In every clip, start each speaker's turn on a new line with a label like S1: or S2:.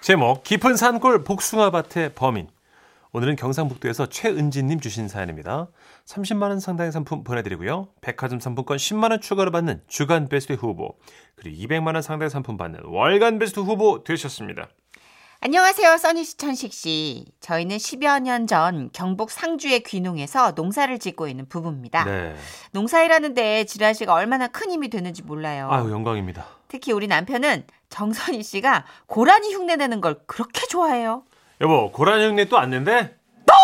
S1: 제목 깊은 산골 복숭아밭의 범인 오늘은 경상북도에서 최은진님 주신 사연입니다. 30만 원 상당의 상품 보내드리고요. 백화점 상품권 10만 원 추가로 받는 주간 베스트 후보 그리고 200만 원 상당의 상품 받는 월간 베스트 후보 되셨습니다.
S2: 안녕하세요, 써니 씨, 천식 씨. 저희는 10여 년 전 경북 상주의 귀농에서 농사를 짓고 있는 부부입니다.
S1: 네,
S2: 농사일하는데 지라 씨가 얼마나 큰 힘이 되는지 몰라요.
S1: 아유 영광입니다.
S2: 특히 우리 남편은 정선희 씨가 고라니 흉내 내는 걸 그렇게 좋아해요.
S1: 여보 고라니 형네 또 왔는데? 또!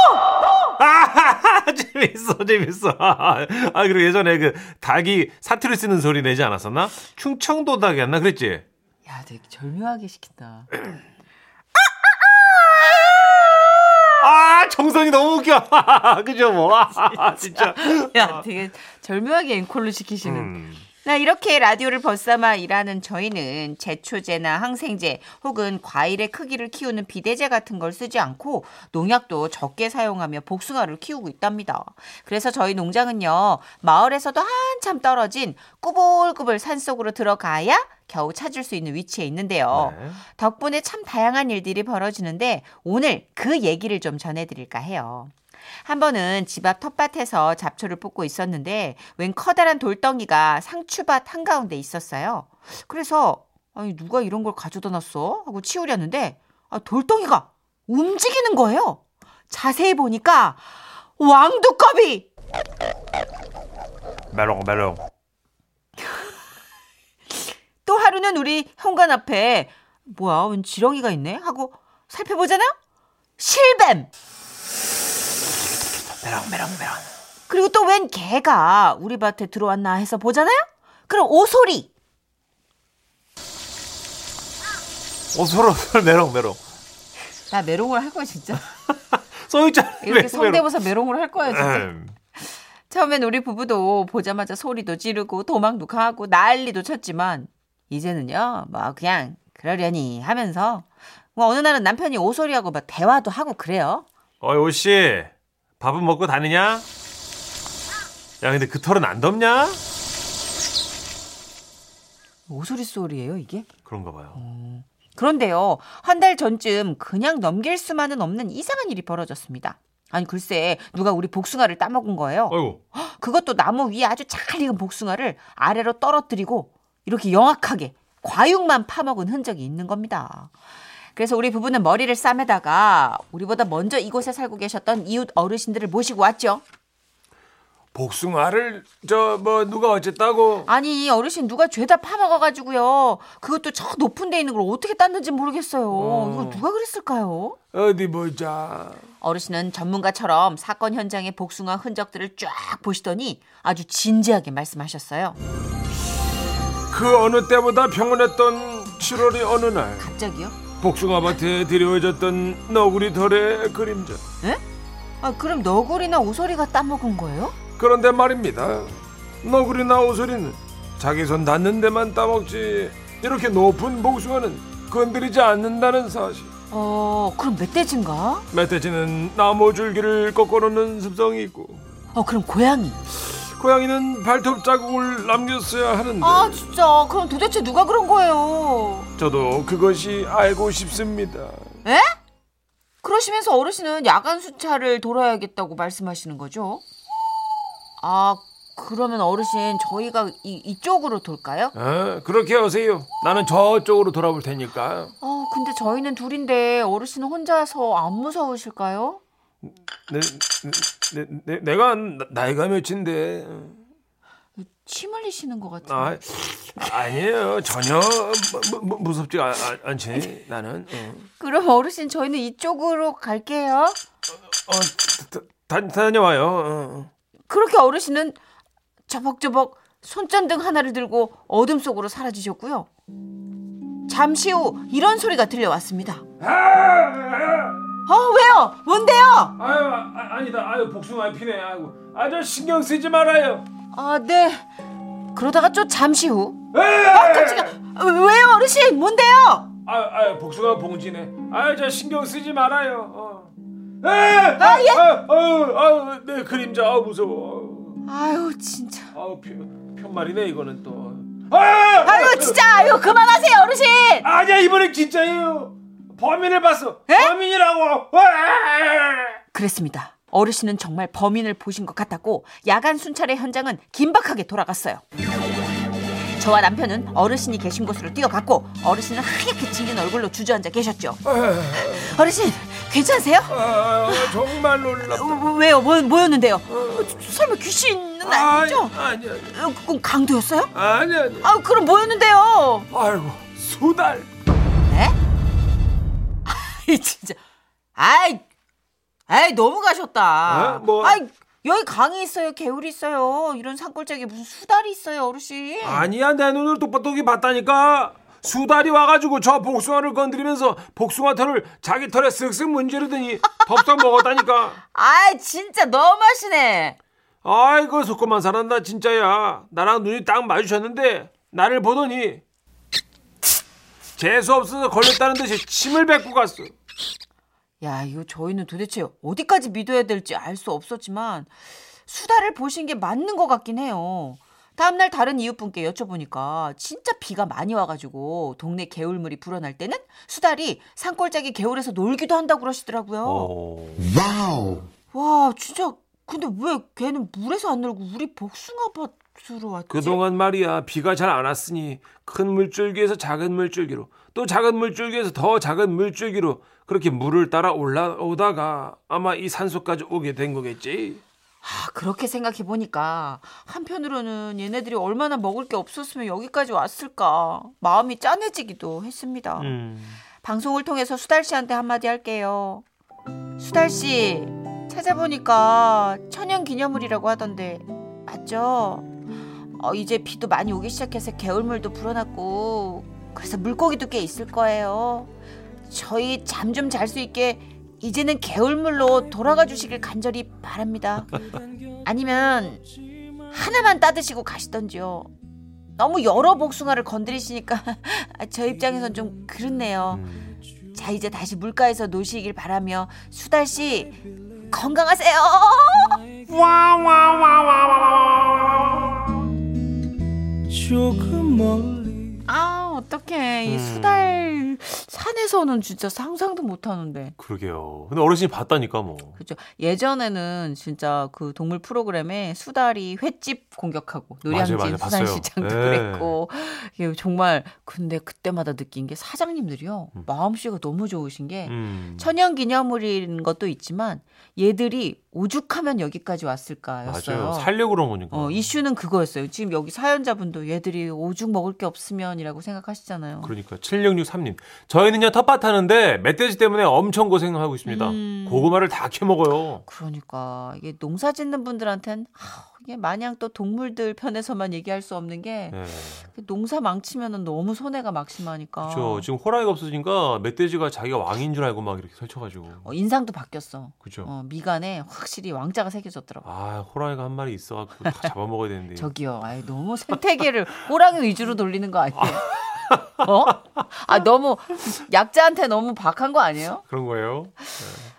S1: 아 재밌어 재밌어 아 그리고 예전에 그 닭이 사투리 쓰는 소리 내지 않았었나? 충청도 닭이었나 그랬지?
S2: 야, 되게 절묘하게 시킨다.
S1: 아 정선이 너무 웃겨 그죠 뭐 아, 진짜
S2: 야, 되게 절묘하게 앵콜로 시키시는.
S1: 음.
S2: 나 이렇게 라디오를 벗삼아 일하는 저희는 제초제나 항생제 혹은 과일의 크기를 키우는 비대제 같은 걸 쓰지 않고 농약도 적게 사용하며 복숭아를 키우고 있답니다. 그래서 저희 농장은요 마을에서도 한참 떨어진 꾸불꾸불 산속으로 들어가야 겨우 찾을 수 있는 위치에 있는데요.
S1: 네.
S2: 덕분에 참 다양한 일들이 벌어지는데 오늘 그 얘기를 좀 전해드릴까 해요. 한 번은 집 앞 텃밭에서 잡초를 뽑고 있었는데 웬 커다란 돌덩이가 상추밭 한가운데 있었어요. 그래서 아니 누가 이런 걸 가져다 놨어? 하고 치우려는데 아, 돌덩이가 움직이는 거예요. 자세히 보니까 왕두꺼비!
S1: 메롱 메롱
S2: 또 하루는 우리 현관 앞에 뭐야 웬 지렁이가 있네 하고 살펴보잖아 실뱀
S1: 메롱 메롱 메롱
S2: 그리고 또 웬 개가 우리 밭에 들어왔나 해서 보잖아요 그럼 오소리
S1: 오솔 오솔 어, 메롱 메롱
S2: 나 메롱을 할 거야 진짜
S1: 써있잖아
S2: 이렇게
S1: 메롱, 메롱.
S2: 성대모사 네, 메롱을 네. 할 거야 진짜
S1: 음.
S2: 처음엔 우리 부부도 보자마자 소리도 지르고 도망도가하고 난리도 쳤지만 이제는요 뭐 그냥 그러려니 하면서 뭐 어느 날은 남편이 오소리하고 막 대화도 하고 그래요
S1: 어이 오씨 밥은 먹고 다니냐? 야 근데 그 털은 안 덥냐?
S2: 오소리 소리예요 이게?
S1: 그런가 봐요.
S2: 그런데요, 한 달 전쯤 그냥 넘길 수만은 없는 이상한 일이 벌어졌습니다. 아니 글쎄 누가 우리 복숭아를 따먹은 거예요.
S1: 어이구
S2: 그것도 나무 위에 아주 잘 익은 복숭아를 아래로 떨어뜨리고 이렇게 영악하게 과육만 파먹은 흔적이 있는 겁니다. 그래서 우리 부부는 머리를 싸매다가 우리보다 먼저 이곳에 살고 계셨던 이웃 어르신들을 모시고 왔죠.
S1: 복숭아를 저 뭐 누가 어쨌다고
S2: 아니 어르신 누가 죄다 파먹어가지고요. 그것도 저 높은 데 있는 걸 어떻게 땄는지 모르겠어요. 이거 누가 그랬을까요?
S1: 어디 보자.
S2: 어르신은 전문가처럼 사건 현장의 복숭아 흔적들을 쫙 보시더니 아주 진지하게 말씀하셨어요.
S3: 그 어느 때보다 평온했던 7월의 어느 날
S2: 갑자기요?
S3: 복숭아밭에 드리워졌던 너구리 털의 그림자
S2: 아, 그럼 너구리나 오소리가 따먹은 거예요?
S3: 그런데 말입니다 너구리나 오소리는 자기 손 닿는 데만 따먹지 이렇게 높은 복숭아는 건드리지 않는다는 사실
S2: 어, 그럼 멧돼지인가?
S3: 멧돼지는 나무 줄기를 꺾어놓는 습성이 있고
S2: 어, 그럼 고양이.
S3: 고양이는 발톱 자국을 남겼어야 하는데
S2: 아, 진짜. 그럼 도대체 누가 그런 거예요?
S3: 저도 그것이 알고 싶습니다
S2: 그러시면서 어르신은 야간 수차를 돌아야겠다고 말씀하시는 거죠? 아, 그러면 어르신 저희가 이, 이쪽으로 돌까요?
S3: 아, 그렇게 하세요 나는 저쪽으로 돌아볼 테니까
S2: 어, 근데 저희는 둘인데 어르신은 혼자서 안 무서우실까요?
S3: 내, 내, 내, 내가 나- 나이가 몇인데
S2: 침 흘리시는 것 같아요.
S3: 아, 아니에요 전혀 무, 무, 무섭지 않, 않- 않지 나는 어,
S2: 그럼 어르신 저희는 이쪽으로 갈게요.
S3: 어, 다- 다, 다녀와요 어.
S2: 그렇게 어르신은 저벅저벅 손전등 하나를 들고 어둠 속으로 사라지셨고요. 잠시 후 이런 소리가 들려왔습니다.
S3: 아,
S2: 어 왜요? 뭔데요?
S3: 아유 아, 아니다 아유 복숭아 피네 아이고 아저 신경 쓰지 말아요
S2: 아 네. 그러다가 또 잠시 후. 아 깜짝이야. 왜요 어르신? 뭔데요?
S3: 아유, 아유 복숭아 봉지네 아유 저 신경 쓰지 말아요 어. 에!
S2: 아, 예.
S3: 아유, 아유, 아유, 내 그림자 아유, 무서워
S2: 아유 진짜.
S3: 아유 편- 편말이네 이거는 또 아!
S2: 아유 진짜 아유 그만하세요 어르신.
S3: 아니야 이번엔 진짜예요. 범인을 봤어.
S2: 에?
S3: 범인이라고. 아!
S2: 그랬습니다. 어르신은 정말 범인을 보신 것 같았고 야간 순찰의 현장은 긴박하게 돌아갔어요. 저와 남편은 어르신이 계신 곳으로 뛰어갔고 어르신은 하얗게 질린 얼굴로 주저앉아 계셨죠. 어르신 괜찮으세요?
S3: 아, 정말 놀랍다.
S2: 어, 왜요? 뭐, 뭐였는데요? 어, 저- 설마 귀신은 아니죠?
S3: 아니, 아니,
S2: 어, 그럼 강도였어요?
S3: 아니, 아니.
S2: 아 그럼 뭐였는데요?
S3: 아이고, 수달.
S2: 네? 아이 진짜 아이 아이 너무 가셨다.
S3: 어? 뭐?
S2: 아이 여기 강이 있어요, 개울이 있어요. 이런 산골짜기 무슨 수달이 있어요, 어르신.
S3: 아니야, 내 눈을 똑바똑히 봤다니까. 수달이 와가지고 저 복숭아를 건드리면서 복숭아 털을 자기 털에 쓱쓱 문지르더니 덥석 먹었다니까.
S2: 아이 진짜 너무하시네.
S3: 아이고, 속고만 살았나, 진짜야. 나랑 눈이 딱 마주쳤는데, 나를 보더니, 재수없어서 걸렸다는 듯이 침을 뱉고 갔어.
S2: 야 이거 저희는 도대체 어디까지 믿어야 될지 알 수 없었지만 수달을 보신 게 맞는 것 같긴 해요. 다음날 다른 이웃분께 여쭤보니까 진짜 비가 많이 와가지고 동네 개울물이 불어날 때는 수달이 산골짜기 개울에서 놀기도 한다고 그러시더라고요.
S1: 어.
S4: Wow.
S2: 와 진짜 근데 왜 걔는 물에서 안 놀고 우리 복숭아밭으로 왔지?
S3: 그동안 말이야 비가 잘 안 왔으니 큰 물줄기에서 작은 물줄기로 또 작은 물줄기에서 더 작은 물줄기로 그렇게 물을 따라 올라오다가 아마 이 산소까지 오게 된 거겠지.
S2: 아 그렇게 생각해 보니까 한편으로는 얘네들이 얼마나 먹을 게 없었으면 여기까지 왔을까 마음이 짠해지기도 했습니다.
S1: 음.
S2: 방송을 통해서 수달 씨한테 한마디 할게요. 수달 씨 찾아보니까 천연 기념물이라고 하던데 맞죠? 어, 이제 비도 많이 오기 시작해서 개울물도 불어났고 그래서 물고기도 꽤 있을 거예요. 저희 잠 좀 잘 수 있게 이제는 개울물로 돌아가 주시길 간절히 바랍니다. 아니면 하나만 따드시고 가시던지요. 너무 여러 복숭아를 건드리시니까 저 입장에선 좀 그렇네요.
S1: 음.
S2: 자 이제 다시 물가에서 노시길 바라며 수달 씨 건강하세요.
S5: 조금 멀리
S2: 아 어떡해 이
S1: 음.
S2: 수달 산에서는 진짜 상상도 못하는데.
S1: 그러게요. 근데 어르신이 봤다니까 뭐.
S2: 그죠. 예전에는 진짜 그 동물 프로그램에 수달이 횟집 공격하고
S1: 맞아요,
S2: 노량진
S1: 맞아요.
S2: 수산시장도
S1: 봤어요. 네.
S2: 그랬고 이게 정말 근데 그때마다 느낀 게 사장님들이요
S1: 음.
S2: 마음씨가 너무 좋으신 게
S1: 음.
S2: 천연 기념물인 것도 있지만 얘들이 오죽하면 여기까지 왔을까였어요.
S1: 맞아요. 살려고 그런 거니까.
S2: 어, 이슈는 그거였어요. 지금 여기 사연자분도 얘들이 오죽 먹을 게 없으면이라고 생각하시잖아요.
S1: 그러니까 7663님. 저희는요 텃밭 하는데 멧돼지 때문에 엄청 고생하고 있습니다.
S2: 음.
S1: 고구마를 다 캐먹어요.
S2: 러니까 그러니까 이게 농사 짓는 분들한텐 아, 이게 마냥 또 동물들 편에서만 얘기할 수 없는 게그
S1: 네.
S2: 농사 망치면은 너무 손해가 막심하니까.
S1: 그렇죠. 지금 호랑이가 없어지니까 멧돼지가 자기가 왕인 줄 알고 막 이렇게 설쳐가지고.
S2: 어, 인상도 바뀌었어.
S1: 그죠.
S2: 어, 미간에 확실히 왕자가 새겨졌더라고.
S1: 아 예. 호랑이가 한 마리 있어갖고 다 잡아먹어야 되는데.
S2: 저기요, 아이 너무 생태계를 호랑이 위주로 돌리는 거 아니에요? 어? 아 너무 약자한테 너무 박한 거 아니에요?
S1: 그런 거예요?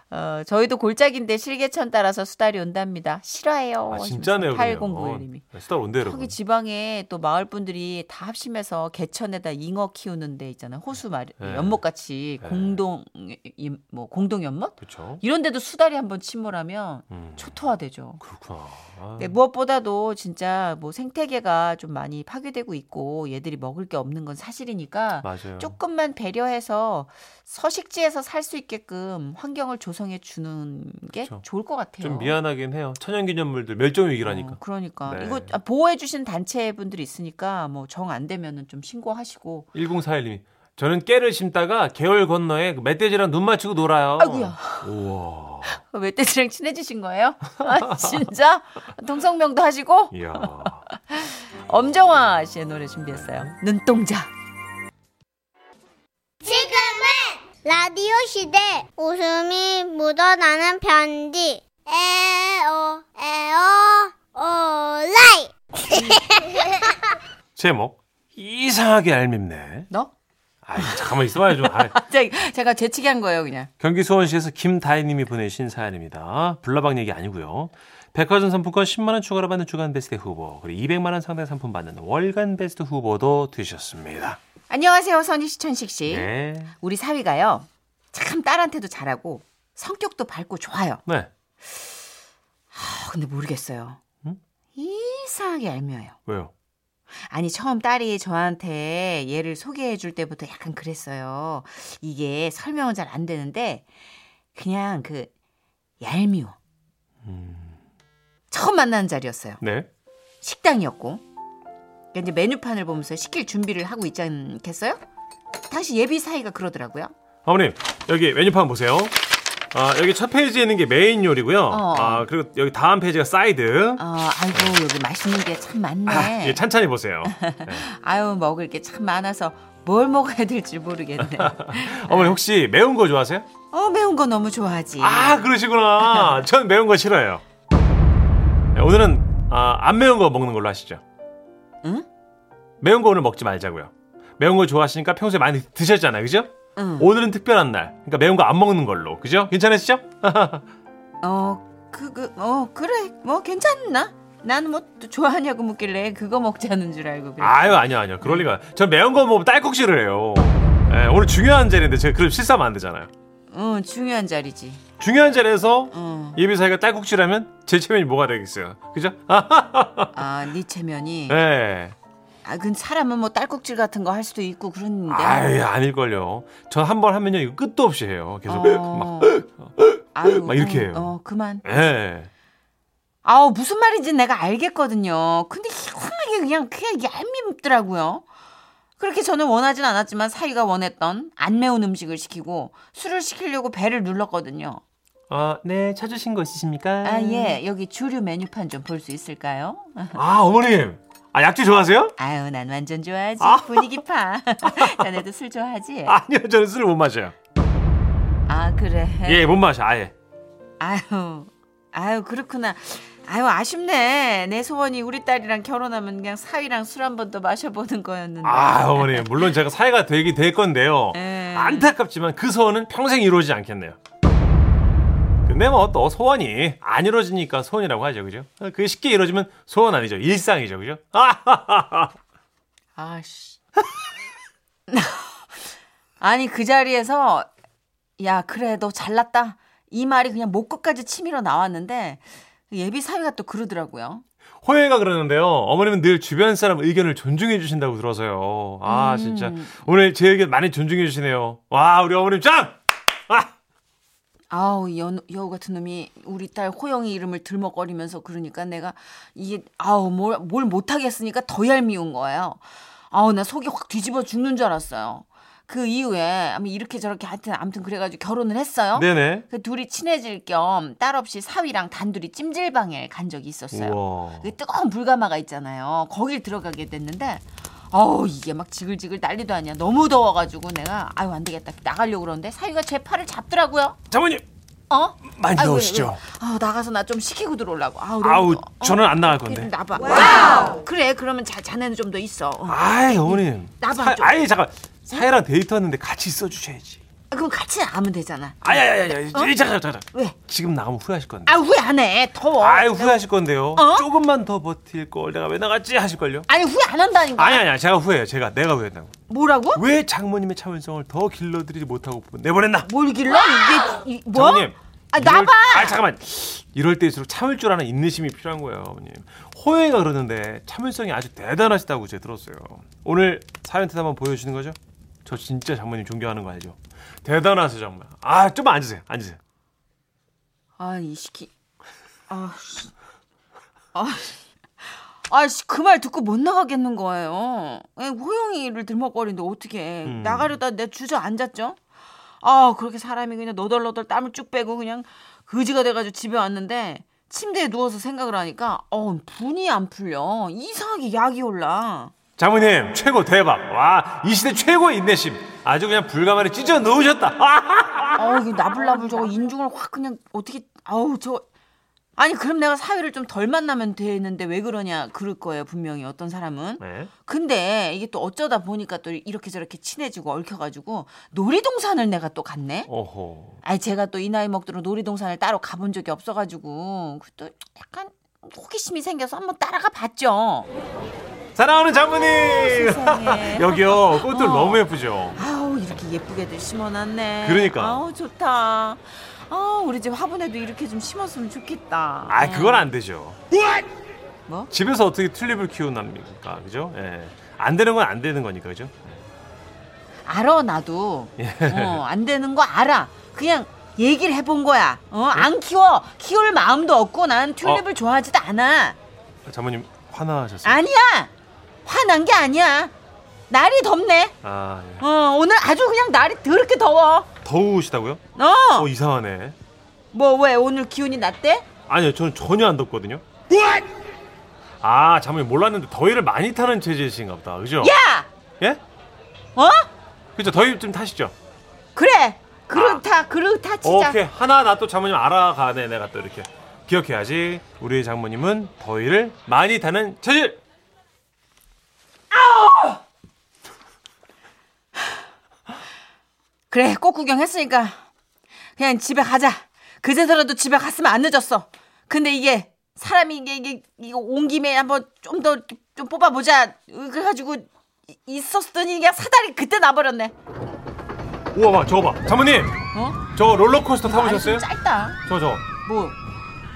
S2: 어, 저희도 골짜기인데 실개천 따라서 수달이 온답니다. 싫어해요.
S1: 아 진짜네요. 그냥.
S2: 팔공구일님이.
S1: 어, 수달 온대 여러분.
S2: 저기 지방에 또 마을 분들이 다 합심해서 개천에다 잉어 키우는 데 있잖아요. 호수 말
S1: 네.
S2: 연못같이
S1: 네.
S2: 공동 이- 뭐 공동 연못
S1: 그렇죠.
S2: 이런 데도 수달이 한번 침몰하면
S1: 음,
S2: 초토화되죠.
S1: 그렇구나. 아,
S2: 네, 무엇보다도 진짜 뭐 생태계가 좀 많이 파괴되고 있고 얘들이 먹을 게 없는 건 사실이니까
S1: 맞아요.
S2: 조금만 배려해서 서식지에서 살 수 있게끔 환경을 조성해 주는 게
S1: 그쵸.
S2: 좋을 것 같아요.
S1: 좀 미안하긴 해요. 천연기념물들 멸종 위기라니까.
S2: 어, 그러니까
S1: 네.
S2: 이거 보호해 주신 단체 분들이 있으니까 뭐 정 안 되면은 좀 신고하시고.
S1: 1041님이 저는 깨를 심다가 개월 건너에 그 멧돼지랑 눈 맞추고 놀아요.
S2: 아이고야.
S1: 우와.
S2: 멧돼지랑 친해지신 거예요? 아, 진짜? 동성명도 하시고?
S1: 이야. 예.
S2: 엄정화 씨의 노래 준비했어요. 눈동자.
S6: 지금은 라디오 시대 웃음이 묻어나는 편지 에어 에어 오라이
S1: 제목 이상하게 알밉네.
S2: 너?
S1: 아이, 잠깐만 있어봐야죠. 아이,
S2: 제가, 제가 재치기 한 거예요, 그냥.
S1: 경기 수원시에서 김다희님이 보내신 사연입니다. 불나방 얘기 아니고요. 백화점 상품권 10만 원 추가로 받는 주간 베스트 후보 그리고 200만 원 상당 상품 받는 월간 베스트 후보도 되셨습니다.
S2: 안녕하세요, 선희 씨, 천식 씨.
S1: 네.
S2: 우리 사위가요. 참 딸한테도 잘하고 성격도 밝고 좋아요.
S1: 네.
S2: 아, 근데 모르겠어요.
S1: 응?
S2: 이상하게 얄미워요.
S1: 왜요?
S2: 아니 처음 딸이 저한테 얘를 소개해 줄 때부터 약간 그랬어요. 이게 설명은 잘 안 되는데 그냥 그 얄미워.
S1: 음.
S2: 처음 만나는 자리였어요.
S1: 네.
S2: 식당이었고. 그러니까 이제 메뉴판을 보면서 시킬 준비를 하고 있지 않겠어요? 당시 예비 사이가 그러더라고요.
S1: 어머님 여기 메뉴판 보세요. 아 여기 첫 페이지에 있는 게 메인 요리고요.
S2: 어.
S1: 아 그리고 여기 다음 페이지가 사이드.
S2: 어, 아이고 여기 맛있는 게 참 많네.
S1: 아, 예, 찬찬히 보세요.
S2: 아유 먹을 게 참 많아서 뭘 먹어야 될지 모르겠네.
S1: 어머니 혹시 매운 거 좋아하세요?
S2: 어 매운 거 너무 좋아하지.
S1: 아 그러시구나. 전 매운 거 싫어요. 네, 오늘은 아, 안 매운 거 먹는 걸로 하시죠.
S2: 응?
S1: 매운 거 오늘 먹지 말자고요. 매운 거 좋아하시니까 평소에 많이 드셨잖아요, 그죠?
S2: 응.
S1: 오늘은 특별한 날. 그러니까 매운 거 안 먹는 걸로, 그죠? 괜찮으시죠?
S2: 어, 그, 그, 어, 그래. 뭐, 괜찮나? 나는 뭐, 또 좋아하냐고 묻길래 그거 먹자는 줄 알고. 그래.
S1: 예. 아유 아니요 아니요 그럴 리가. 전 매운 거 먹으면 딸꾹질을 해요. 예, 오늘 중요한 자리인데 제가 그럼 실수하면 안 되잖아요.
S2: 응, 어, 중요한 자리지. 어.
S1: 중요한 자리에서
S2: 응.
S1: 예비사이가 딸꾹질하면 제 체면이 뭐가 되겠어요, 그죠? 아,
S2: 아, 네 체면이.
S1: 예.
S2: 아, 근 사람은 뭐, 딸꾹질 같은 거 할 수도 있고 그런데.
S1: 아유 아닐걸요. 전 한 번 하면요 이거 끝도 없이 해요. 계속
S2: 어.
S1: 막.
S2: 아유,
S1: 막 이렇게
S2: 어,
S1: 해요.
S2: 어, 그만.
S1: 예.
S2: 아우, 무슨 말인지 내가 알겠거든요. 근데 희한하게 그냥, 그냥 얄밉더라고요. 그렇게 저는 원하진 않았지만 사위가 원했던 안 매운 음식을 시키고 술을 시키려고 배를 눌렀거든요.
S1: 아, 네, 찾으신 거 있으십니까?
S2: 아, 예. 여기 주류 메뉴판 좀 볼 수 있을까요?
S1: 아, 어머님. 아, 약주 좋아하세요?
S2: 아유, 난 완전 좋아하지. 분위기 파. 자네도 술 좋아하지?
S1: 아니요, 저는 술을 못 마셔요.
S2: 아, 그래.
S1: 예, 못 마셔, 아예.
S2: 아유, 아유, 그렇구나. 아유, 아쉽네. 내 소원이 우리 딸이랑 결혼하면 그냥 사위랑 술 한 번 더 마셔보는 거였는데.
S1: 아, 어머님. 물론 제가 사회가 되긴 될 건데요.
S2: 예.
S1: 안타깝지만 그 소원은 평생 이루어지지 않겠네요. 근데 뭐 또 소원이 안 이루어지니까 소원이라고 하죠, 그죠? 그게 쉽게 이루어지면 소원 아니죠. 일상이죠, 그죠? 아,
S2: 아씨. 아니, 그 자리에서, 야, 그래, 너 잘났다. 이 말이 그냥 목 끝까지 치밀어 나왔는데, 예비 사위가 또 그러더라고요.
S1: 호혜가 그러는데요. 어머님은 늘 주변 사람 의견을 존중해 주신다고 들어서요. 아,
S2: 음.
S1: 진짜. 오늘 제 의견 많이 존중해 주시네요. 와, 우리 어머님 짱! 아!
S2: 아우 여, 여우 같은 놈이 우리 딸 호영이 이름을 들먹거리면서 그러니까 내가 이게 아우 뭘, 뭘 못하겠으니까 더 얄미운 거예요. 아우 나 속이 확 뒤집어 죽는 줄 알았어요. 그 이후에 아마 이렇게 저렇게 하여튼 아무튼 그래가지고 결혼을 했어요.
S1: 네네.
S2: 그 둘이 친해질 겸 딸 없이 사위랑 단둘이 찜질방에 간 적이 있었어요.
S1: 우와.
S2: 그 뜨거운 불가마가 있잖아요. 거길 들어가게 됐는데 어우 이게 막 지글지글 난리도 아니야. 너무 더워가지고 내가 아유 안 되겠다 나가려고 그러는데 사위가 제 팔을 잡더라고요.
S1: 장모님
S2: 어?
S1: 많이
S2: 아이고,
S1: 넣으시죠?
S2: 아이고. 아우 어, 나가서 나 좀 식히고 들어오려고. 아우, 너무
S1: 아우
S2: 더워. 어,
S1: 저는 안 나갈
S2: 이리
S1: 건데.
S2: 나봐. 와우. 그래 그러면 자, 자네는 좀 더 있어. 어.
S1: 아이 어머님.
S2: 나봐,
S1: 사-
S2: 좀. 네?
S1: 아이 잠깐 사이랑 데이트하는데 같이 있어 주셔야지.
S2: 아, 그럼 같이 나가면 되잖아.
S1: 아야야야 잠깐 잠깐 잠깐.
S2: 어? 왜?
S1: 지금 나가면 후회하실 건데.
S2: 아 왜 안 해? 더워. 아
S1: 아이 후회하실 건데요.
S2: 어?
S1: 조금만 더 버틸 걸 내가 왜 나갔지 하실 걸요.
S2: 니 후회 안 한다니까.
S1: 아니 아니야 제가 후회해요. 제가 내가 후회했다고.
S2: 뭐라고?
S1: 왜 장모님의 참을성을 더 길러드리지 못하고 내보냈나?
S2: 뭘 길러? 이게 이, 뭐?
S1: 장모님.
S2: 아
S1: 이럴-
S2: 나봐.
S1: 아 잠깐만. 이럴 때일수록 참을 줄 아는 인내심이 필요한 거예요, 어머님. 호영이가 그러는데 참을성이 아주 대단하시다고 제가 들었어요. 오늘 사연 대답 한번 보여주시는 거죠? 저 진짜 장모님 존경하는 거 알죠? 대단하세요, 정말. 아, 좀만 앉으세요, 앉으세요.
S2: 아이 시키. 아. 씨. 아. 아씨 그 말 듣고 못 나가겠는 거예요. 에, 호영이를 들먹거리는데 어떻게 해.
S1: 음.
S2: 나가려다 내 주저앉았죠. 아 그렇게 사람이 그냥 너덜너덜 땀을 쭉 빼고 그냥 거지가 돼가지고 집에 왔는데 침대에 누워서 생각을 하니까 어 분이 안 풀려 이상하게 약이 올라.
S1: 장모님 최고 대박. 와, 이 시대 최고의 인내심. 아주 그냥 불가마를 찢어 넣으셨다. 아,
S2: 아우 이 나불나불 저거 인중을 확 그냥 어떻게 아우 저거 아니 그럼 내가 사회를 좀 덜 만나면 되는데 왜 그러냐 그럴 거예요 분명히 어떤 사람은.
S1: 네.
S2: 근데 이게 또 어쩌다 보니까 또 이렇게 저렇게 친해지고 얽혀가지고 놀이동산을 내가 또 갔네.
S1: 어허.
S2: 아니 제가 또 이 나이 먹도록 놀이동산을 따로 가본 적이 없어가지고 또 약간 호기심이 생겨서 한번 따라가 봤죠.
S1: 사랑하는 장모님.
S2: 세상에.
S1: 여기요. 꽃들
S2: 어.
S1: 너무 예쁘죠.
S2: 아우 이렇게 예쁘게들 심어놨네.
S1: 그러니까.
S2: 아우 좋다. 아 우리 집 화분에도 이렇게 좀 심었으면 좋겠다. 예.
S1: 아 그건 안 되죠.
S2: 뭐?
S1: 집에서 어떻게 튤립을 키우납니까, 그죠? 예. 안 되는 건 안 되는 거니까, 그죠?
S2: 알아 나도.
S1: 예.
S2: 어, 안 되는 거 알아. 그냥 얘기를 해본 거야. 어,
S1: 예?
S2: 안 키워. 키울 마음도 없고 난
S1: 어.
S2: 튤립을 좋아하지도 않아.
S1: 장모님 화나셨어요?
S2: 아니야. 화난 게 아니야. 날이 덥네.
S1: 아, 예.
S2: 어, 오늘 아주 그냥 날이 더럽게 더워.
S1: 더우시다고요?
S2: 어.
S1: 어, 이상하네.
S2: 뭐 왜 오늘 기운이 낮대?
S1: 아니요, 저는 전혀 안 덥거든요. 아, 장모님 몰랐는데 더위를 많이 타는 체질이신가 보다. 그죠?
S2: 야!
S1: 예?
S2: 어?
S1: 그죠? 더위 좀 타시죠?
S2: 그래. 그렇다. 그렇다 치자.
S1: 아. 오케이. 하나 나 또 장모님 알아가네. 내가 또 이렇게 기억해야지. 우리 장모님은 더위를 많이 타는 체질.
S2: 그래 꽃 구경했으니까 그냥 집에 가자 그제서라도 집에 갔으면 안 늦었어 근데 이게 사람이 이게 이게 이거 온 김에 한번 좀 더 좀 뽑아보자 그래가지고 이- 있었더니 그냥 사다리 그때 나버렸네
S1: 우와, 봐, 저거 봐. 장모님,
S2: 어?
S1: 저 롤러코스터 타보셨어요?
S2: 아니, 좀 짧다
S1: 저, 저.
S2: 뭐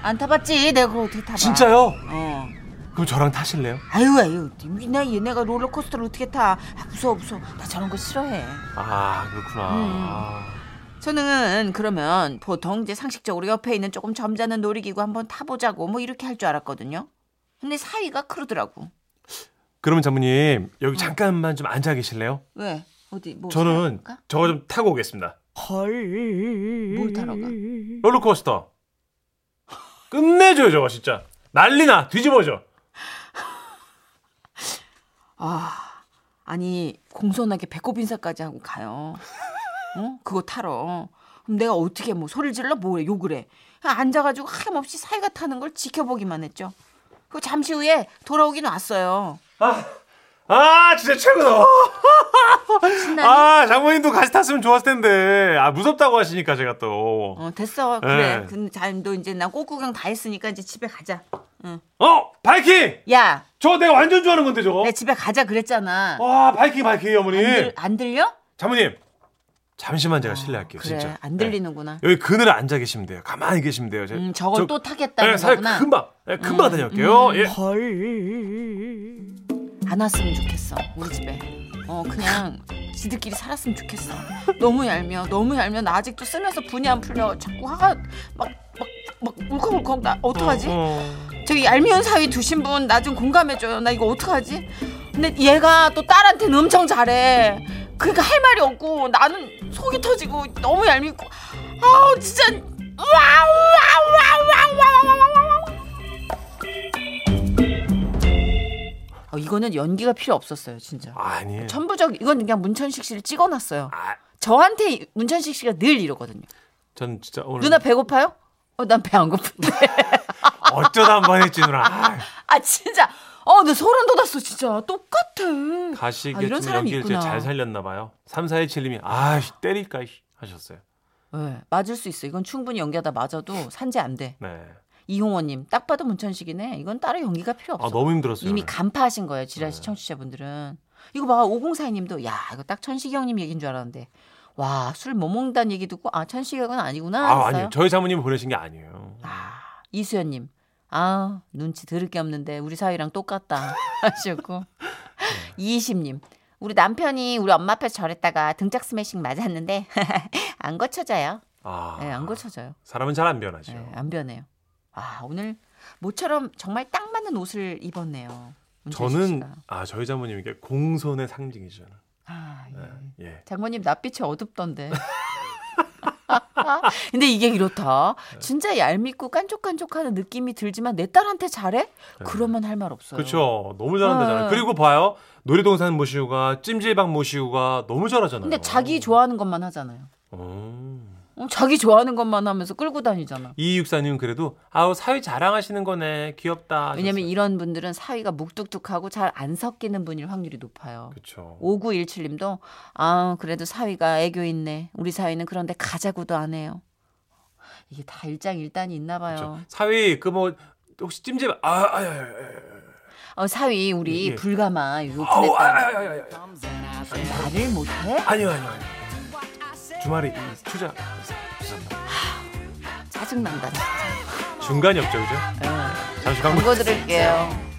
S2: 안 타봤지 내가 그걸 어떻게 타봐
S1: 진짜요?
S2: 어
S1: 아. 그럼 저랑 타실래요?
S2: 아유 아유 나 얘네가 롤러코스터를 어떻게 타 아, 무서워 무서워 나 저런 거 싫어해
S1: 아, 그렇구나.
S2: 음.
S1: 아,
S2: 저는 그러면 보통 이제 상식적으로 옆에 있는 조금 점잖은 놀이기구 한번 타보자고 뭐 이렇게 할 줄 알았거든요. 근데 사위가 그러더라고.
S1: 그러면 장모님, 여기 잠깐만 좀 앉아 계실래요?
S2: 왜? 어디 뭐?
S1: 저는
S2: 사러 가?
S1: 저거 좀 타고 오겠습니다.
S2: 뭘 타러 가?
S1: 롤러코스터. 끝내줘요, 저거 진짜. 난리나, 뒤집어져.
S2: 아 아니 공손하게 배꼽 인사까지 하고 가요. 어? 그거 타러. 그럼 내가 어떻게 뭐 소리를 질러 뭐래 욕을 해. 그냥 앉아가지고 하염없이 사위가 타는 걸 지켜보기만 했죠. 그 잠시 후에 돌아오긴 왔어요.
S1: 아, 진짜 최고다.
S2: 신나니?
S1: 아, 장모님도 같이 탔으면 좋았을 텐데. 아, 무섭다고 하시니까 제가 또.
S2: 어 됐어 그래
S1: 예.
S2: 근데 잘너 이제 나 꽃구경 다 했으니까 이제 집에 가자
S1: 어, 바이킹!
S2: 야
S1: 저거 내가 완전 좋아하는 건데, 저거.
S2: 내가 집에 가자 그랬잖아
S1: 와, 바이킹, 바이킹, 어머니.
S2: 네, 안, 들, 안 들려?
S1: 장모님, 잠시만 제가 실례할게요,
S2: 그래
S1: 진짜.
S2: 안
S1: 네.
S2: 들리는구나
S1: 여기 그늘에 앉아 계시면 돼요. 가만히 계시면 돼요. 저,
S2: 음 저걸
S1: 저-
S2: 또
S1: 네,
S2: 타겠다는
S1: 사회
S2: 거구나 음,
S1: 금방, 네, 금방 다녀올게요. 예.
S2: 안 왔으면 좋겠어 우리 집에 어 그냥 지들끼리 살았으면 좋겠어 너무 얄미워 너무 얄미워 나 아직도 쓰면서 분이 안 풀려 자꾸 화가 막 막 막 울컥울컥 나 어떡하지?
S1: 어.
S2: 저기 얄미운 사위 두신 분 나 좀 공감해줘요. 나 이거 어떡하지? 근데 얘가 또 딸한테는 엄청 잘해. 그러니까 할 말이 없고 나는 속이 터지고 너무 얄밉고 아우 진짜 와우와우와우와우와우 어, 이거는 연기가 필요 없었어요 진짜
S1: 아니.
S2: 천부적 이건 그냥 문천식 씨를 찍어놨어요
S1: 아,
S2: 저한테 문천식 씨가 늘 이러거든요
S1: 전 진짜 오늘
S2: 누나 배고파요? 어 난 배 안 고픈데
S1: 어쩌다 한 번 했지 누나. 아,
S2: 아 진짜 어 내 소름 돋았어 진짜 똑같아
S1: 가시게
S2: 아, 이런
S1: 좀
S2: 사람이
S1: 연기를
S2: 있구나.
S1: 진짜 잘 살렸나 봐요. 3417님이 아, 씨, 때릴까 씨, 하셨어요.
S2: 네, 맞을 수 있어 이건 충분히 연기하다 맞아도 산재 안돼
S1: 네.
S2: 이홍원님 딱 봐도 문천식이네 이건 따로 연기가 필요 없어
S1: 아, 너무 힘들었어요. 네.
S2: 이미
S1: 오늘.
S2: 간파하신 거예요 지라시 청취자분들은 이거 봐 오공사이님도 야 이거 딱 천식이 형님 얘기인 줄 알았는데 와 술 못 먹는다는 얘기 듣고 아 천식이 형은 아니구나
S1: 아,
S2: 했어요.
S1: 아니요. 저희 사모님 보내신 게 아니에요.
S2: 아, 이수연님. 아, 눈치 들을 게 없는데 우리 사위랑 똑같다 하셨고.
S1: 네.
S2: 이희심님. 우리 남편이 우리 엄마 앞에서 저랬다가 등짝 스매싱 맞았는데 안 고쳐져요.
S1: 아.
S2: 예, 안 고쳐져요.
S1: 사람은 잘 안
S2: 예,
S1: 변하죠.
S2: 안 변해요. 아, 오늘 모처럼 정말 딱 맞는 옷을 입었네요. 문철식
S1: 저는
S2: 씨가.
S1: 아, 저희 사모님 이게 공손의 상징이잖아요.
S2: 아, 예.
S1: 예.
S2: 장모님 낯빛이 어둡던데. 근데 이게 이렇다.
S1: 네.
S2: 진짜 얄밉고 깐족깐족하는 느낌이 들지만 내 딸한테 잘해? 그러면 할 말
S1: 네.
S2: 없어요.
S1: 그렇죠. 너무 잘한다잖아요.
S2: 네.
S1: 그리고 봐요. 놀이동산 모시고가 찜질방 모시고가 너무 잘하잖아요.
S2: 근데 자기 좋아하는 것만 하잖아요.
S1: 어.
S2: 어, 자기 좋아하는 것만 하면서 끌고 다니잖아.
S1: 2264님 그래도 아우 사위 자랑하시는 거네 귀엽다.
S2: 왜냐면 이런 분들은 사위가 묵뚝뚝하고 잘 안 섞이는 분일 확률이 높아요.
S1: 그렇죠.
S2: 5917님도 아 그래도 사위가 애교 있네. 우리 사위는 그런데 가자고도 안 해요. 이게 다 일장일단이 있나 봐요.
S1: 사위 그 뭐 혹시 찜질 아, 아, 아, 아,
S2: 어, 사위 우리
S1: 예. 아우, 아,
S2: 불가마
S1: 아, 아,
S2: 오픈했다.
S1: 아, 아, 아.
S2: 말을 못해?
S1: 아니요 아니요 아니요. 주말에 투자 죄송합니다.
S2: 짜증난다.
S1: 중간이 없죠 그죠?
S2: 예.
S1: 잠시 광고.
S2: 광고 드릴게요.